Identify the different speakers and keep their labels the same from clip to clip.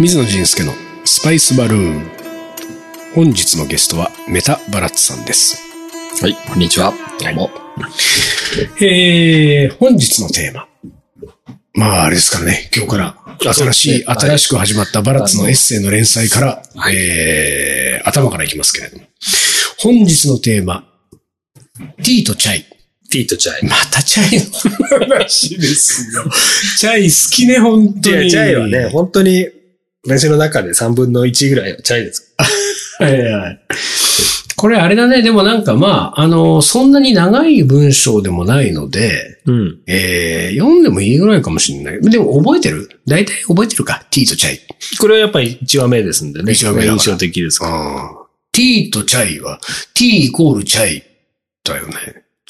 Speaker 1: 水野仁介のスパイスバルーン。本日のゲストはメタバラッツさんです。
Speaker 2: はい、こんにちは。どうも。
Speaker 1: えー、本日のテーマ。まあ、あれですからね、今日から新しい、
Speaker 2: そうですね
Speaker 1: 新しく始まったバラッツのエッセイの連載から、えー、頭からいきますけれども。本日のテーマ、ティーとチャイ。
Speaker 2: ピートチャイ。
Speaker 1: またチャイの話ですよ。 チャイ好きね、本当に。
Speaker 2: チャイはね、、本当に、私の中で3分の1ぐらいはチャイです。
Speaker 1: はいはい。これあれだね。でもなんかまあ、あの、そんなに長い文章でもないので、
Speaker 2: うん。
Speaker 1: えー、読んでもいいぐらいかもしれない。でも覚えてる大体覚えてるか ?t とチャイ。
Speaker 2: これはやっぱり1話目ですんでね。
Speaker 1: 一話目だから
Speaker 2: 印象的ですから。
Speaker 1: ああ。t とチャイは t イコールチャイだよね。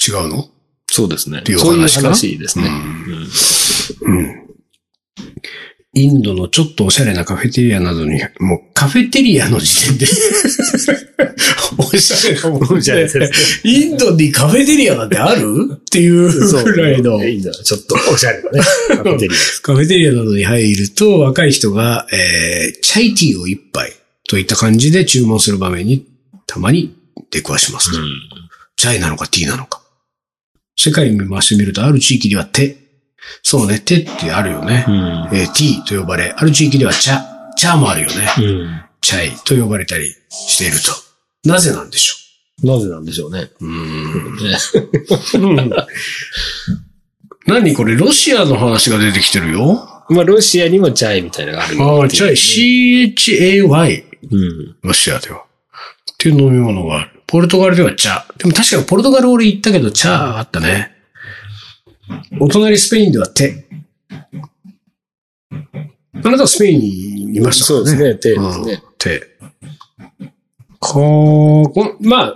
Speaker 1: 違うの
Speaker 2: そうですね
Speaker 1: ていう。お
Speaker 2: そういう
Speaker 1: 話かな
Speaker 2: 話ですね。
Speaker 1: う
Speaker 2: うん
Speaker 1: うん。インドのちょっとおしゃれなカフェテリアなどに、もうカフェテリアの時点で、おしゃれなものじゃないですか。インドにカフェテリアなんてあ るっていう
Speaker 2: そう。
Speaker 1: ぐらいの。
Speaker 2: いいんだ。ちょっとおしゃれだね。カフェテリアです
Speaker 1: カフェテリアなどに入ると、若い人が、えー、チャイティーを一杯といった感じで注文する場面にたまに出くわします。チャイなのかティーなのか。世界に回してみると、ある地域では手。そうね、手ってあるよね。
Speaker 2: うん。
Speaker 1: えー、ティーと呼ばれ、ある地域では茶。茶もあるよね。
Speaker 2: うん。
Speaker 1: チャイと呼ばれたりしていると。なぜなんでしょ
Speaker 2: なぜなんでしょうね。
Speaker 1: ううーん。何これ、ロシアの話が出てきてるよ。
Speaker 2: まあ、ロシアにもチャイみたいなのがある。
Speaker 1: ああ、チャイ、CHAY、
Speaker 2: うん。
Speaker 1: ロシアでは。っていう飲み物がある。ポルトガルでは茶。でも確かにポルトガル俺行ったけど茶あったね。お隣スペインでは手。あなたはスペインにいました
Speaker 2: そうですね。テーです
Speaker 1: うん
Speaker 2: ね。
Speaker 1: 手。こうこん、まあ、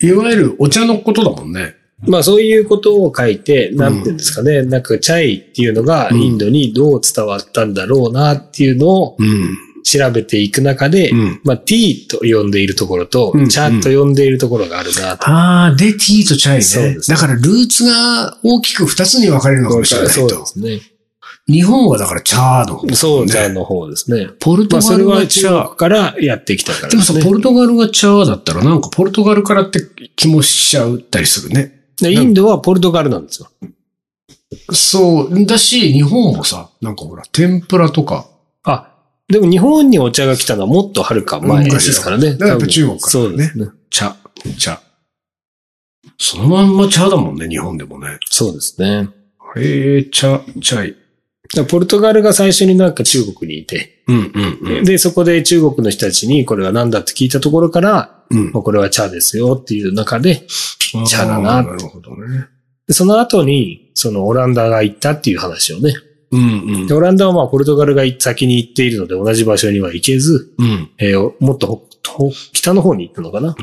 Speaker 1: いわゆるお茶のことだもんね。
Speaker 2: まあそういうことを書いて、なんていうんですかね、なんかチャイっていうのが
Speaker 1: うん
Speaker 2: インドにどう伝わったんだろうなっていうのを
Speaker 1: うん。
Speaker 2: 調べていく中で、
Speaker 1: うん
Speaker 2: まあティーと呼んでいるところと
Speaker 1: うん、
Speaker 2: チャーと呼んでいるところがあるなと。
Speaker 1: ああ、で、ティーとチャ
Speaker 2: そう
Speaker 1: イね
Speaker 2: で。す
Speaker 1: だからルーツが大きく二つに分かれるのかもしれない
Speaker 2: そう
Speaker 1: と
Speaker 2: で。すね。
Speaker 1: 日本はだからチャード。
Speaker 2: そう、チャーの方ですね。
Speaker 1: ポル
Speaker 2: ま
Speaker 1: ト
Speaker 2: あ
Speaker 1: ガ
Speaker 2: それ
Speaker 1: ルは
Speaker 2: は
Speaker 1: チ
Speaker 2: 中
Speaker 1: ャー。
Speaker 2: 国からやってきたから
Speaker 1: で
Speaker 2: で
Speaker 1: も
Speaker 2: す
Speaker 1: さ、
Speaker 2: ね。
Speaker 1: ポルトガルがチャーだったらなんかポルトガルからって気もしちゃったりするね。
Speaker 2: でインドはポルトガルなんですよ。
Speaker 1: そう。だし、日本もさ、なんかほら、天ぷらとか。
Speaker 2: あ、でも日本にお茶が来たのはもっとはるか前ですからね。
Speaker 1: 昔だからやっぱ中国からね
Speaker 2: そうですね。
Speaker 1: 茶、茶。そのまんま茶だもんね、日本でもね。
Speaker 2: そうですね。
Speaker 1: へえ、茶、チャイ。
Speaker 2: だからポルトガルが最初になんか中国にいて、
Speaker 1: うんうん
Speaker 2: で、そこで中国の人たちにこれは何だって聞いたところから、
Speaker 1: うん。うん
Speaker 2: まあ、これは茶ですよっていう中で、茶だな
Speaker 1: あーなるほどね。
Speaker 2: でその後に、そのオランダが行ったっていう話をね。
Speaker 1: うん
Speaker 2: でオランダはまあポルトガルが先に行っているので同じ場所には行けず、
Speaker 1: うん。
Speaker 2: えーもっと北北北の方に行ったのかな。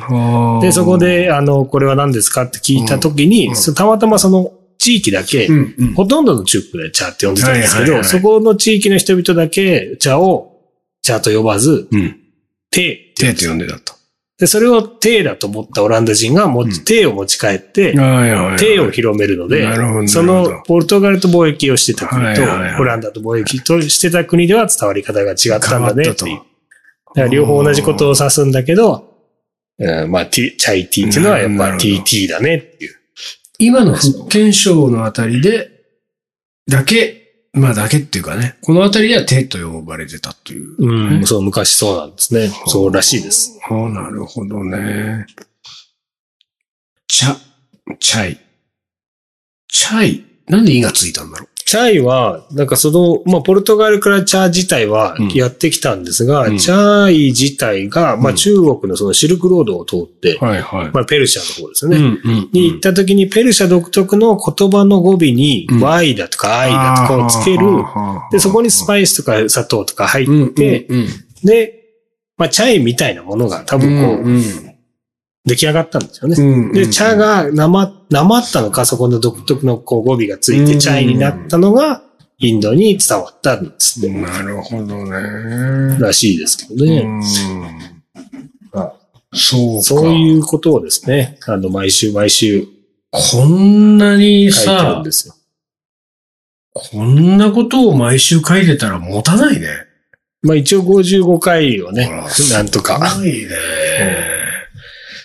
Speaker 1: うん。
Speaker 2: で、そこ、で、あの、これは何ですかって聞いた時に、
Speaker 1: うんうん
Speaker 2: そたまたまその地域だけ、
Speaker 1: うんうん。
Speaker 2: ほとんどの中国で茶って呼んでたんですけど、
Speaker 1: はいはいはい
Speaker 2: そこの地域の人々だけ茶を茶と呼ばず、
Speaker 1: うん。
Speaker 2: 手
Speaker 1: 手って呼んでたと。
Speaker 2: で、それをテーだと思ったオランダ人が持
Speaker 1: う
Speaker 2: ち、
Speaker 1: ん
Speaker 2: テーを持ち帰って、
Speaker 1: はいはいはい
Speaker 2: テーを広めるので
Speaker 1: なるほどなるほ、ど
Speaker 2: そのポルトガルと貿易をしてた
Speaker 1: は
Speaker 2: 国
Speaker 1: い
Speaker 2: と
Speaker 1: はいはい、
Speaker 2: オランダと貿易としてた国では伝わり方が違ったんだねって
Speaker 1: 変わ
Speaker 2: いう。だ
Speaker 1: っ
Speaker 2: から両方同じことを指すんだけど、うんまあ、ティチャイティーっていうのはやっ
Speaker 1: なる
Speaker 2: ぱ
Speaker 1: ほど
Speaker 2: TT だねっていう。
Speaker 1: 今の福建省のあたりで、だけ、まあだけっていうかね、このあたりでは手と呼ばれてたという。
Speaker 2: う、
Speaker 1: うん
Speaker 2: そう、昔そうなんですね。そうらしいです。
Speaker 1: ああ、なるほどね。茶、チャイ。チャイ。なんで「い」がついたんだろ
Speaker 2: チャイは、なんかその、まあ、ポルトガルからチャー自体は
Speaker 1: うん
Speaker 2: やってきたんですが、
Speaker 1: うん
Speaker 2: チャイ自体が、ま
Speaker 1: う
Speaker 2: あ、
Speaker 1: ん
Speaker 2: 中国のそのシルクロードを通って、
Speaker 1: う。はいはい。
Speaker 2: まあ、ペルシャの方ですよ
Speaker 1: う
Speaker 2: ね。
Speaker 1: んうん。
Speaker 2: に行った時に、ペルシャ独特の言葉の語尾に
Speaker 1: うん、
Speaker 2: Y だとか I だとかをつける。で、そこにス
Speaker 1: イ
Speaker 2: パイスとか砂糖とか入
Speaker 1: うん
Speaker 2: って、
Speaker 1: うんうん
Speaker 2: で、まあ、チャイみたいなものが多分こう、出来上がったんですよね。で、チャ、がなま、なまったのか、そこの独特のこう語尾がつい
Speaker 1: うん
Speaker 2: て、チャイになったのが、インドに伝わったんです
Speaker 1: うんうんうん
Speaker 2: ね。
Speaker 1: なるほどね。
Speaker 2: らしいですけどね。
Speaker 1: う
Speaker 2: は
Speaker 1: ん。そうか。
Speaker 2: そういうことをですね、あの、毎週毎週
Speaker 1: こんなに
Speaker 2: 書いてる
Speaker 1: さ
Speaker 2: んで、すよ。
Speaker 1: こんなことを毎週書いてたら持たないね。
Speaker 2: まあ一応55回をね
Speaker 1: あら、
Speaker 2: なんとか。
Speaker 1: いね。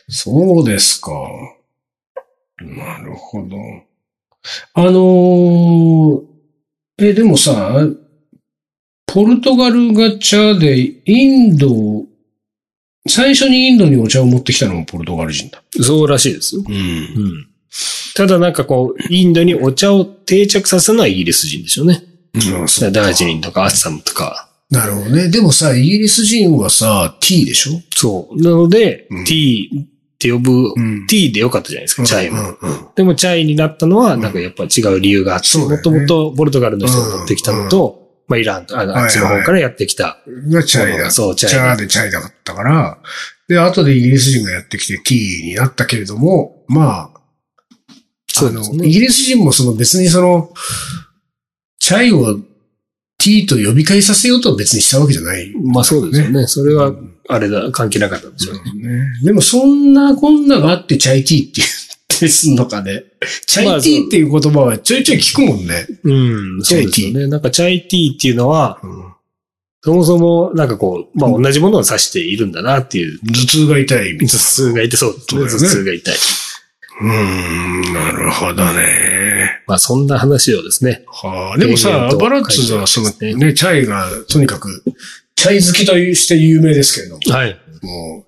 Speaker 1: そうですか。なるほど。あのーえ、でもさ、ポルトガルが茶で、インドを、最初にインドにお茶を持ってきたのもポルトガル人だ。
Speaker 2: そうらしいですよ。
Speaker 1: うん。
Speaker 2: ただなんかこう、インドにお茶を定着させるのはイギリス人でしょうね。
Speaker 1: そう
Speaker 2: ダージリンとかアッサムとか。
Speaker 1: なるほどね。でもさ、イギリス人はさ、T でしょ
Speaker 2: そう。なので、
Speaker 1: うん
Speaker 2: T って呼ぶ、
Speaker 1: ん
Speaker 2: T でよかったじゃないですか、チャイも。
Speaker 1: うんうん
Speaker 2: でもチャイになったのは、
Speaker 1: ん
Speaker 2: なんかやっぱ違う理由があって、
Speaker 1: そうだ
Speaker 2: も
Speaker 1: よね
Speaker 2: ともとポルトガルの人が持ってきたのと、まあイランと、あのあっちの方からやってきた。
Speaker 1: うん。がチャイだ。
Speaker 2: そう、チ
Speaker 1: チャ
Speaker 2: ャ
Speaker 1: ー
Speaker 2: イ。
Speaker 1: でチャイだったから、で、後でイギリス人がやってきて T になったけれども、まあ、
Speaker 2: そ
Speaker 1: あ
Speaker 2: うで
Speaker 1: の
Speaker 2: す、
Speaker 1: イ
Speaker 2: ね。
Speaker 1: ギリス人もその別にその、チャイを T と呼び返させようとは別にしたわけじゃない。
Speaker 2: まあそうですよね。それ
Speaker 1: う
Speaker 2: は
Speaker 1: ん、
Speaker 2: あれだ、関係なかったんですよね。
Speaker 1: でもそんなこんながあってチャイ T って言ってすんのかね。チャイ T っていう言葉はちょいちょい聞くもんね。
Speaker 2: うん、そうですよね。なんかチャイティーっていうのは、
Speaker 1: うん
Speaker 2: そもそも、なんかこう、まあ同じものを指しているんだなっていう、
Speaker 1: 頭痛が痛いみたいな
Speaker 2: 頭痛が痛そう。
Speaker 1: そう
Speaker 2: 頭
Speaker 1: だよね
Speaker 2: 痛が痛い。
Speaker 1: うーん、なるほどね。
Speaker 2: まあそんな話をですね。
Speaker 1: はあ、でもさ、
Speaker 2: え
Speaker 1: ア
Speaker 2: ーと
Speaker 1: バラッツはその
Speaker 2: 書いてあります
Speaker 1: ね、チャイがとにかく、チャイ好きとして有名ですけれど
Speaker 2: はい。
Speaker 1: も、も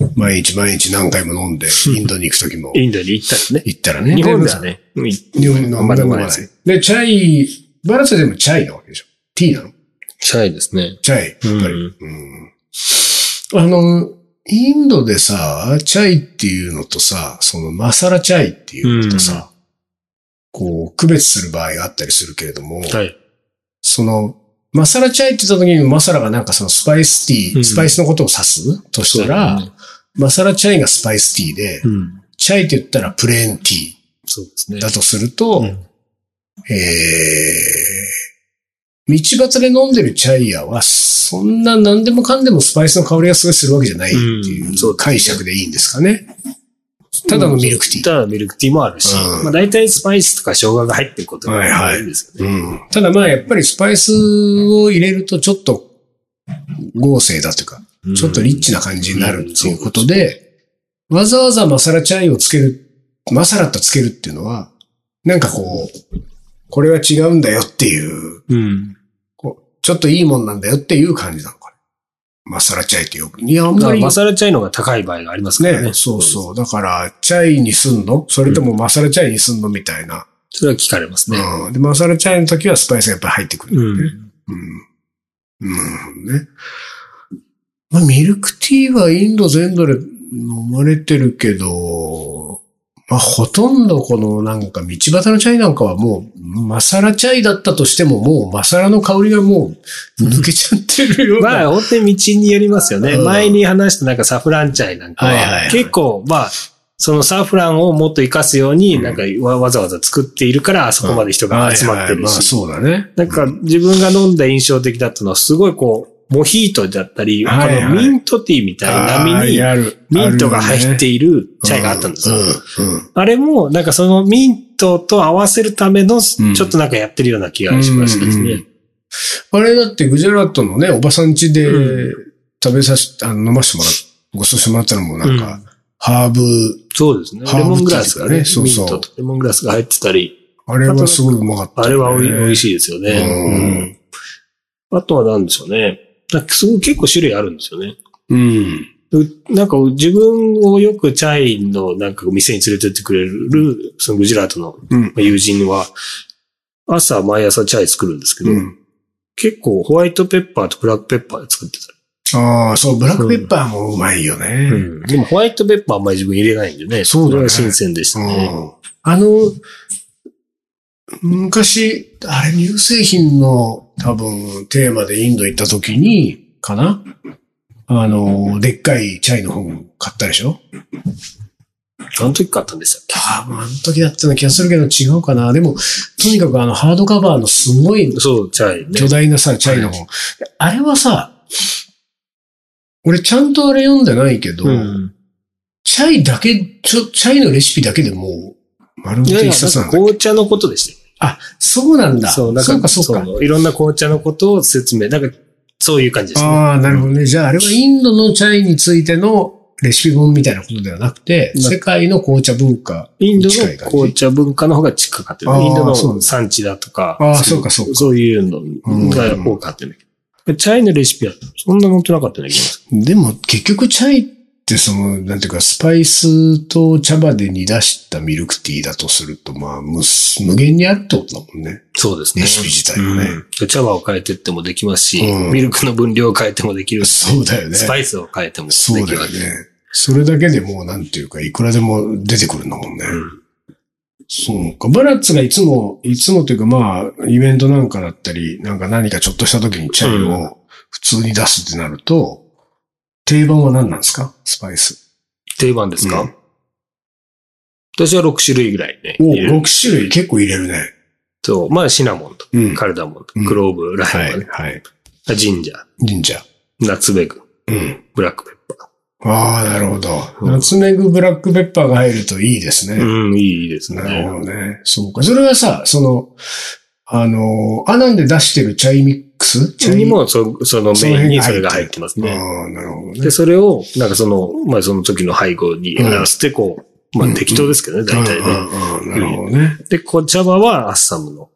Speaker 1: う、毎日毎日何回も飲んで、インドに行くときも
Speaker 2: インドに行ったりね。
Speaker 1: 行ったらね。
Speaker 2: 日本ではね。うんチ
Speaker 1: で。日本のあんまり飲ま
Speaker 2: あん
Speaker 1: ないい
Speaker 2: まり飲まなです。
Speaker 1: で、チャイ、アバラッツはでもチャイなわけでしょ。ティーなの
Speaker 2: ャイですね。
Speaker 1: チャイ、やっぱり。
Speaker 2: うん
Speaker 1: うんあの、インドでさ、チャイっていうのとさ、そのマサラチャイっていうのとさ、こう、区別する場合があったりするけれども、
Speaker 2: はい。
Speaker 1: その、マサラチャイって言った時にマサラがなんかそのスパイスティー、
Speaker 2: うん
Speaker 1: スパイスのことを指すとしたら、マサラチャイがスパイスティーで、
Speaker 2: うん。
Speaker 1: チャイって言ったらプレーンティ
Speaker 2: そうですね
Speaker 1: ー。だとすると、
Speaker 2: うん
Speaker 1: えー、道端で飲んでるチャイヤは、そんな何でもかんでもスパイスの香りがすごいするわけじゃないって
Speaker 2: う
Speaker 1: い
Speaker 2: んそう
Speaker 1: う解釈でいいんですかね。ただのミルクティー。
Speaker 2: ただのミルクティーもあるし、
Speaker 1: うん
Speaker 2: まあ大体スパイスとか生姜が入ってることが多いんですよね。
Speaker 1: うんただまあやっぱりスパイスを入れるとちょっと合成だというか、
Speaker 2: うん
Speaker 1: ちょっとリッチな感じになるっていうことで、わざわざマサラチャイをつける、マサラとつけるっていうのは、なんかこう、これは違うんだよっていう、
Speaker 2: うん。
Speaker 1: こうちょっといいもんなんだよっていう感じなのかな。マサラチャイってよく。いや、あん
Speaker 2: ま
Speaker 1: ま
Speaker 2: あ、
Speaker 1: り。
Speaker 2: マサラチャイの方が高い場合がありますからね。
Speaker 1: ね、そうそう。だから、チャイにすんのそれともマサラチャイにすんのみたいな。
Speaker 2: それは聞かれますね。
Speaker 1: うん。で、マサラチャイの時はスパイスがやっぱり入ってくる。
Speaker 2: う
Speaker 1: う
Speaker 2: ん。
Speaker 1: ん。うん。ね。まあ、ミルクティーはインド全土で飲まれてるけど、まあ、ほとんどこのなんか道端のチャイなんかはもう、マサラチャイだったとしても、もうマサラの香りがもう抜けちゃってるような。
Speaker 2: まあ、本当に道によりますよね。
Speaker 1: うん
Speaker 2: 前に話したなんかサフランチャイなんか
Speaker 1: はいはいは
Speaker 2: は、
Speaker 1: い
Speaker 2: 結構、まあ、そのサフランをもっと活かすように、
Speaker 1: うん
Speaker 2: なんかわわざわざ作っているから、あそこまで人が集まって
Speaker 1: はいはい
Speaker 2: る
Speaker 1: まあ、
Speaker 2: し。
Speaker 1: そうだね。
Speaker 2: なんか自分が飲んだ印象的だったのは、すごいこう、モヒートだったり、
Speaker 1: はいはい
Speaker 2: このミントティーみたいな波に、ミ
Speaker 1: ミ
Speaker 2: ントが入っているチャイがあったんですよ。
Speaker 1: うんうん
Speaker 2: あれも、なんかそのミントと合わせるための、ち
Speaker 1: うん
Speaker 2: ょっとなんかやってるような気がしましたです
Speaker 1: う
Speaker 2: ね
Speaker 1: ん。あれだってグジェラートのね、おばさん家で
Speaker 2: う
Speaker 1: 食べさせ、あの飲ましてもらっご馳走してもらったのもなんか、ハーブ、
Speaker 2: そうですね。
Speaker 1: ハーブ
Speaker 2: レモングラスが
Speaker 1: ティーとか
Speaker 2: ね、
Speaker 1: ねそう
Speaker 2: ミ
Speaker 1: そう
Speaker 2: ントとレモングラスが入ってたり、
Speaker 1: あれはすごいうまかった、
Speaker 2: あれはおい美味
Speaker 1: し
Speaker 2: しいですよね。
Speaker 1: うん
Speaker 2: うんあとは何でしょうね。なんかすごい結構種類あるんですよね。
Speaker 1: い。うん。
Speaker 2: うなんか自分をよくチャイのなんか店に連れてってくれる、そのグジラートの
Speaker 1: うん。
Speaker 2: 友人は、朝毎朝チャイ作るんですけど、
Speaker 1: うん。
Speaker 2: 結構ホワイトペッパーとブラックペッパーで作ってたり
Speaker 1: ああ、そう、ブラックペッパーもうまいよね。うん。
Speaker 2: でもホワイトペッパーあんまり自分入れないんでね。
Speaker 1: そうだね
Speaker 2: れは新鮮でしたね。
Speaker 1: あの、昔、あれ、乳製品の多分テーマでインド行った時に、かなあの、でっかいチャイの本買ったでしょ
Speaker 2: あの時買ったんですよ。
Speaker 1: 多分あの時だったような気がするけど違うかな。でも、とにかくあのハードカバーのすごい
Speaker 2: そう、チャイ
Speaker 1: 巨
Speaker 2: ね。
Speaker 1: 大なさ、チャイの本。あれはさ、俺ちゃんとあれ読んでないけど、
Speaker 2: うん。
Speaker 1: チャイだけ、ちょ、チャイのレシピだけでもう、丸ご
Speaker 2: い
Speaker 1: と
Speaker 2: やいや、
Speaker 1: 一
Speaker 2: なん
Speaker 1: 冊なん
Speaker 2: か
Speaker 1: だ。
Speaker 2: 紅茶のことでしたよ。
Speaker 1: あ、そうなんだ。
Speaker 2: そう、だか
Speaker 1: そう
Speaker 2: ら、
Speaker 1: か、そうか。
Speaker 2: ういろんな紅茶のことを説明。だから、そういう感じですね。
Speaker 1: ああ、なるほどね。じゃあ、あれはインドのチャイについてのレシピ本みたいなことではなくて、
Speaker 2: な
Speaker 1: 世界の紅茶文化。
Speaker 2: インド
Speaker 1: 近い
Speaker 2: の
Speaker 1: 感じ
Speaker 2: 紅茶文化の方が近かったよ
Speaker 1: あー
Speaker 2: ね。インド
Speaker 1: そうなん
Speaker 2: の
Speaker 1: だ
Speaker 2: 産地だとか。
Speaker 1: あーそうかそうか
Speaker 2: そういうのが多かったんだけど。チャイのレシピはそんな載ってなかったんだけど。
Speaker 1: でも、結局チャイってその、なんていうか、スパイスと茶葉で煮出したミルクティーだとすると、まあ、無無限にあるってことだもんね。
Speaker 2: そうですね。
Speaker 1: レシピ自体はね
Speaker 2: うん茶葉を変えてってもできますし、
Speaker 1: うん
Speaker 2: ミルクの分量を変えてもできるし、
Speaker 1: そうだよね。
Speaker 2: スパイスを変えてもでき
Speaker 1: そうだ
Speaker 2: る
Speaker 1: よ
Speaker 2: わ
Speaker 1: ね
Speaker 2: けで。。
Speaker 1: それだけでもう、なんていうか、いくらでも出てくるんだもんね。
Speaker 2: うん
Speaker 1: そうか。バラッツがいつも、いつもというかまあ、イベントなんかだったり、なんか何かちょっとした時にチャイを普通に出すってなると、定番は何なんですかスパイス。
Speaker 2: 定番ですか、
Speaker 1: うん
Speaker 2: 私は6種類ぐらいね。
Speaker 1: お、
Speaker 2: 入れる
Speaker 1: 6種類結構入れるね。
Speaker 2: そう。まあ、シナモンと、
Speaker 1: うん
Speaker 2: カルダモンと
Speaker 1: うん、
Speaker 2: クローブ、ラ
Speaker 1: は
Speaker 2: イム、
Speaker 1: い、
Speaker 2: ね
Speaker 1: はい。
Speaker 2: ジンジャー、
Speaker 1: 神社。
Speaker 2: ナツベグ、
Speaker 1: うん。
Speaker 2: ブラックペッパ
Speaker 1: ああ、なるほど。
Speaker 2: うん
Speaker 1: ナツメグブラックペッパーが入るといいですね。
Speaker 2: ー。うん、いいですね。
Speaker 1: なるほどね。そうか。それはさ、その、あの、アナンで出してるチャイミックスチャイ
Speaker 2: にもそ、そのメインにそれが入ってますね。
Speaker 1: ああ、なるほどね
Speaker 2: で、。それを、なんかその、まあその時の配合に合わせて、こう、
Speaker 1: う
Speaker 2: ま
Speaker 1: ん
Speaker 2: あ適当ですけどね、大体
Speaker 1: う
Speaker 2: ね。
Speaker 1: んうんうんなるほどね。
Speaker 2: で、こう茶葉はアッサムの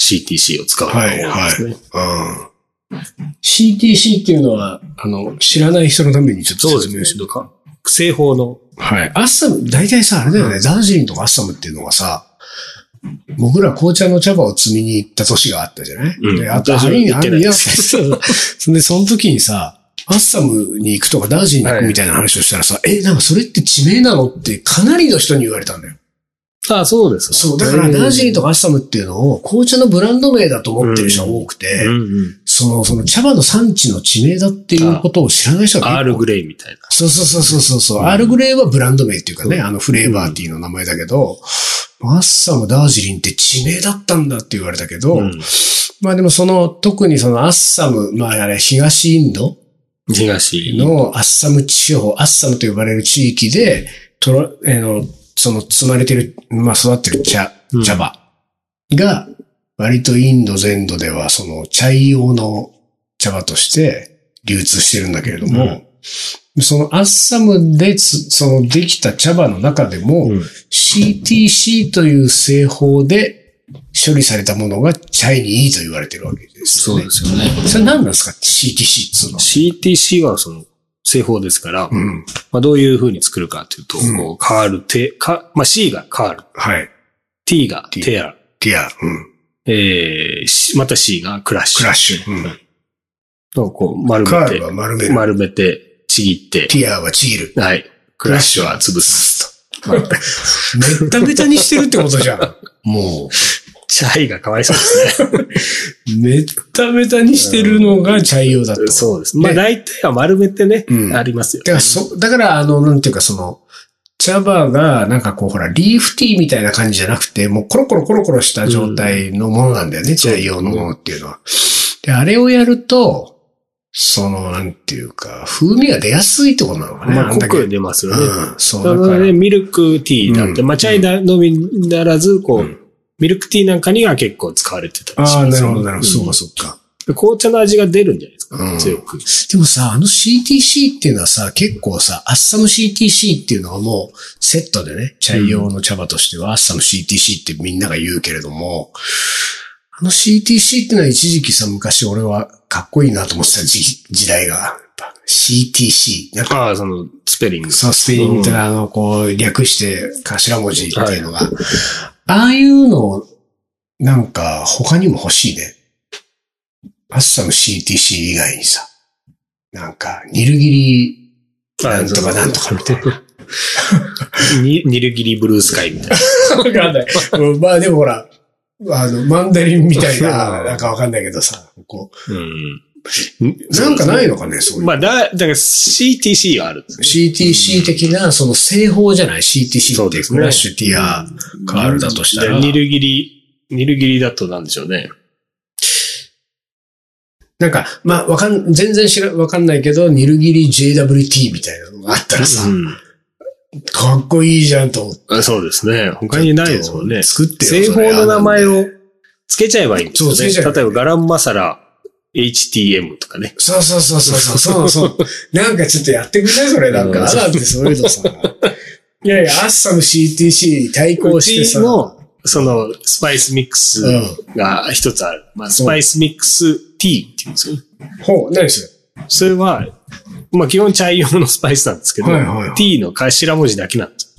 Speaker 2: CTC を使うのが多いですね。
Speaker 1: CTC っていうのは、あの、知らない人のためにちょっ
Speaker 2: そ
Speaker 1: と
Speaker 2: う
Speaker 1: 説明
Speaker 2: で
Speaker 1: し
Speaker 2: す
Speaker 1: て。
Speaker 2: ね。製法の、
Speaker 1: はい。アッサム、大体さ、あれだよね、ダージリンとかアッサムっていうのがさ、僕ら紅茶の茶葉を摘みに行った年があったじゃない、
Speaker 2: うん
Speaker 1: で、あと、
Speaker 2: 私
Speaker 1: ハ
Speaker 2: は
Speaker 1: リ
Speaker 2: 行
Speaker 1: ー
Speaker 2: ってない
Speaker 1: やそうそんで、その時にさ、アッサムに行くとかダージリンに行くみたいな話をしたらさ、え、なんかそれって地名なのってかなりの人に言われたんだよ。
Speaker 2: ああ、そうです。
Speaker 1: そう、だから
Speaker 2: うん
Speaker 1: ダージリンとかアッサムっていうのを紅茶のブランド名だと思ってる人が多くて、
Speaker 2: うんうん。
Speaker 1: その、その茶葉の産地の地名だっていうことを知らない人が
Speaker 2: ア
Speaker 1: 結構
Speaker 2: ールグレイみたいな。
Speaker 1: そうそうそうそうそうそう、
Speaker 2: うん
Speaker 1: アールグレイはブランド名っていうかね、
Speaker 2: うん
Speaker 1: あのフレーバーティーの名前だけど、マッサもダージリンって地名だったんだって言われたけど、
Speaker 2: うん
Speaker 1: まあでもその、特にそのアッサム、まああれ東インド
Speaker 2: 東の、
Speaker 1: のアッサム地方、アッサムと呼ばれる地域で、とら、えーの、その積まれてる、まあ育ってる茶
Speaker 2: う、ん
Speaker 1: 茶葉が、割とインド全土ではその茶用の茶葉として流通してるんだけれども、そのアッサムでつ、そのできた茶葉の中でも、
Speaker 2: うん
Speaker 1: CTC という製法で処理されたものが茶にいいと言われてるわけです
Speaker 2: そ
Speaker 1: よ
Speaker 2: う
Speaker 1: ね。
Speaker 2: ですよね。
Speaker 1: それ何なんですか ?CTC っつうのは。
Speaker 2: CTC はその、製法ですから、
Speaker 1: うん。
Speaker 2: まあどういう風に作るかというと、
Speaker 1: うん
Speaker 2: こう、カール、テ、か、まあ C がカール、
Speaker 1: はい。
Speaker 2: T が
Speaker 1: T
Speaker 2: テア、
Speaker 1: ティア、うん。
Speaker 2: えーしまた C がクラッシュ。
Speaker 1: クラッシュ。
Speaker 2: をこう丸
Speaker 1: カ
Speaker 2: め
Speaker 1: ー
Speaker 2: て
Speaker 1: ル、は丸める。
Speaker 2: 丸めて、ちぎって、
Speaker 1: ティアはちぎる。
Speaker 2: はい。クラッシュは潰すと。まあ
Speaker 1: ベタベタにしてるってことじゃん。 も
Speaker 2: チャイがかわいそうですね。
Speaker 1: う、ベタベタにしてるのが茶色だと。
Speaker 2: そうです。まあ、大体は丸めてね、
Speaker 1: うん
Speaker 2: ありますよ
Speaker 1: だから、そ、だから、あの、なんていうか、その、茶葉が、なんかこう、ほら、リーフティーみたいな感じじゃなくて、もうコロコロコロコロした状態のものなんだよね、茶用のものっていうのは。で、あれをやると、その、なんていうか、風味が出やすいってことなのかね。
Speaker 2: まあ、濃
Speaker 1: んだけ
Speaker 2: く出ますよね。
Speaker 1: うん、そう
Speaker 2: な
Speaker 1: だか
Speaker 2: の
Speaker 1: ら
Speaker 2: で、。ミルクティーだって、
Speaker 1: うん
Speaker 2: まあ、チャイだのみならず、こう、
Speaker 1: うん
Speaker 2: ミルクティーなんかには結構使われてたりし
Speaker 1: ああ、
Speaker 2: ます
Speaker 1: なる
Speaker 2: よね
Speaker 1: ほど、なるほど、そう
Speaker 2: うん
Speaker 1: か、そうか。
Speaker 2: 紅茶の味が出るんじゃないですか、
Speaker 1: うん
Speaker 2: 強く。
Speaker 1: でもさ、あの CTC っていうのはさ、結構さ、アッサム CTC っていうのはもうセットでね、茶用の茶葉としては、アッサム CTC ってみんなが言うけれども、あの CTC っていうのは一時期さ、昔俺はかっこいいなと思ってた時時代が、やっぱ CTC。なんか
Speaker 2: ああ、その、スペリング。
Speaker 1: そう、スペインってあの、こう、略して頭文字っていうのが、ああいうの、なんか他にも欲しいね。アッサム CTC 以外にさ、なんか、ニルギリ
Speaker 2: ああ
Speaker 1: なんとかなんとかみたいな。
Speaker 2: に ニルギリブルースカイみたいな。
Speaker 1: わかんない。うんまあでもほら、あの、マンダリンみた いな、なんかわかんないけどさ、こ
Speaker 2: うん。
Speaker 1: う。なんかないのかね、そういう。
Speaker 2: まあ、だ、だから CTC はあるんですね。
Speaker 1: CTC 的な、その製法じゃない ?CTC
Speaker 2: そ
Speaker 1: っ
Speaker 2: う
Speaker 1: て
Speaker 2: で
Speaker 1: いう
Speaker 2: す
Speaker 1: ク
Speaker 2: ね
Speaker 1: ラッシュティア、カールだとしたら。
Speaker 2: ニルギリ、ニルギリだとなんでしょうね。
Speaker 1: なんか、まあ、わかん、全然知ら、わかんないけど、ニルギリ JWT みたいなのがあったらさ、かっこいいじゃんと思って。
Speaker 2: うん、そうですね。他にないですもんね。
Speaker 1: 作ってよ
Speaker 2: 製法の名前をつけちゃえばいいんですよね。
Speaker 1: そうつけちゃえばいい
Speaker 2: 例えば、ガランマサラ HTM とかね。
Speaker 1: そうそうそうそうそうそうそう。なんかちょっとやってくれないそれなん
Speaker 2: う
Speaker 1: か。
Speaker 2: ん
Speaker 1: あだってそういうの さ。いやいや、アッサム CTC に対抗
Speaker 2: う
Speaker 1: して
Speaker 2: ち
Speaker 1: さ。
Speaker 2: の、その、スパイスミックスが一つある。まあ、スパイスミックスティーっていうんですよね。
Speaker 1: ほう、何それ
Speaker 2: それは、まあ、基本茶用のスパイスなんですけど、
Speaker 1: はいはいはい
Speaker 2: ティーの頭文字だけなんです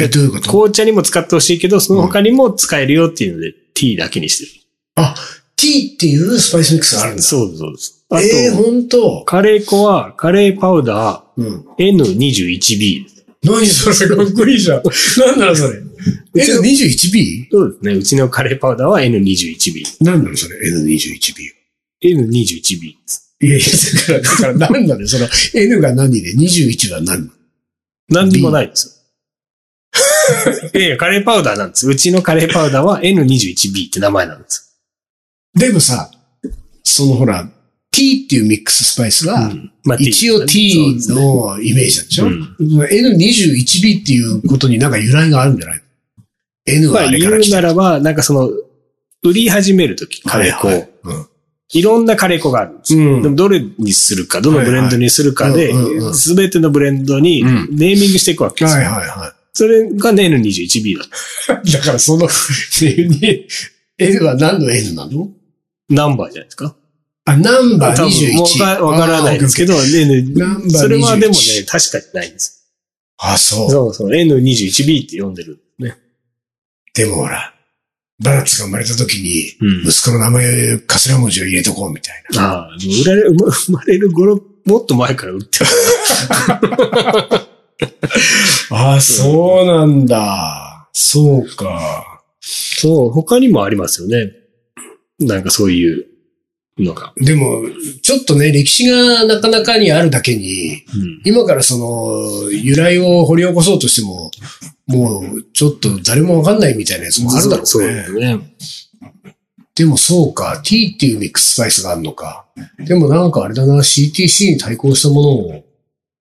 Speaker 2: よ。
Speaker 1: え、どういうこと
Speaker 2: 紅茶にも使ってほしいけど、その他にも使えるよっていうので、ティーだけにして
Speaker 1: ?T っていうスパイスミックスがあるん
Speaker 2: る。
Speaker 1: だ。
Speaker 2: そうです、そうです。あと、
Speaker 1: えー、ほんと。
Speaker 2: カレー粉は、カレーパウダ
Speaker 1: うん。
Speaker 2: ー N21B。
Speaker 1: 何それかっこいいじゃん。なんなのそれ。N21B?
Speaker 2: そうですね。うちのカレーパウダーは N21B。
Speaker 1: 何なのそれ ?N21B。
Speaker 2: N21B です。
Speaker 1: いやいや、だから、だから何なのその N が何で21は何
Speaker 2: なんでもないですよ。いやいや、カレーパウダーなんです。うちのカレーパウダーは N21B って名前なんです。
Speaker 1: でもさ、そのほら、T っていうミックススパイスが、
Speaker 2: うんまあ
Speaker 1: 一応
Speaker 2: T で
Speaker 1: T
Speaker 2: すね
Speaker 1: のイメージなんでしょ、
Speaker 2: う
Speaker 1: ?N21B っていうことになんか由来があるんじゃない ?N
Speaker 2: ま
Speaker 1: はあ
Speaker 2: あ
Speaker 1: れか
Speaker 2: 言
Speaker 1: ら
Speaker 2: う
Speaker 1: 来た
Speaker 2: ならば、なんかその、売り始めるとき、カレー粉を、
Speaker 1: はいいはい
Speaker 2: ろんなカレー粉があるんです。
Speaker 1: うん
Speaker 2: でもどれにするか、どのブレンドにするか
Speaker 1: はいはい
Speaker 2: で
Speaker 1: うんうんう、ん
Speaker 2: すべてのブレンドに
Speaker 1: う
Speaker 2: ネ
Speaker 1: ん
Speaker 2: ーミングしていくわけですよ。
Speaker 1: はいはいは
Speaker 2: それがね N21B だった。
Speaker 1: い。だからその N は何の N なの
Speaker 2: ナンバーじゃないですか。
Speaker 1: あ、ナンバー
Speaker 2: 多分
Speaker 1: 21。
Speaker 2: わかわからないですけど、ねね
Speaker 1: ナンバー21
Speaker 2: それはでもね、確かにないんです。
Speaker 1: あ、そう。
Speaker 2: そうそう、N21B って呼んでる。
Speaker 1: でもほら、バラッツが生まれた時に、
Speaker 2: うん
Speaker 1: 息子の名前、頭文字を入れとこうみたいな。
Speaker 2: ああ、売られる、生まれる頃、もっと前から売ってる。
Speaker 1: あ、そうなんだ。そうか。
Speaker 2: そう、他にもありますよね。なんかそういうのが。
Speaker 1: でも、ちょっとね、歴史がなかなかにあるだけに、
Speaker 2: うん。
Speaker 1: 今からその、由来を掘り起こそうとしても、もう、ちょっと誰もわかんないみたいなやつもあるだろ
Speaker 2: そうう
Speaker 1: ね
Speaker 2: だ。よね。
Speaker 1: でもそうか、T っていうミックススパイスがあるのか。でもなんかあれだな、CTC に対抗したものを、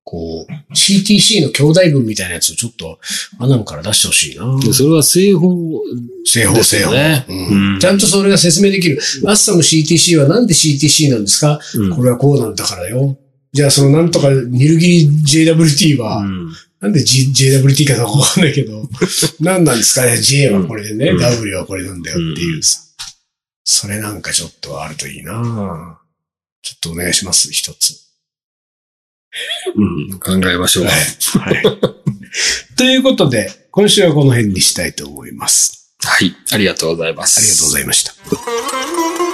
Speaker 1: こう、CTC の兄弟分みたいなやつをちょっと、アナムから出してほしいな。
Speaker 2: でそれは製法
Speaker 1: 正方
Speaker 2: です
Speaker 1: 正
Speaker 2: よ
Speaker 1: 方。
Speaker 2: ね。
Speaker 1: うんちゃんとそれが説明できる。アッサム CTC はなんで CTC なんですか
Speaker 2: うん
Speaker 1: これはこうなんだからよ。じゃあそのなんとかニルギリ JWT は、
Speaker 2: うん
Speaker 1: なんで、G、JWT かどうかわかんないけど、 何なんですかね ?J はこれでね、
Speaker 2: うん
Speaker 1: W はこれなんだよっていうさ。それなんかちょっとあるといいなちょっとお願いします、一つ。
Speaker 2: うん。考えましょう。
Speaker 1: はい。 ということで、今週はこの辺にしたいと思います。
Speaker 2: はい。ありがとうございます。
Speaker 1: ありがとうございました。
Speaker 3: Thank you.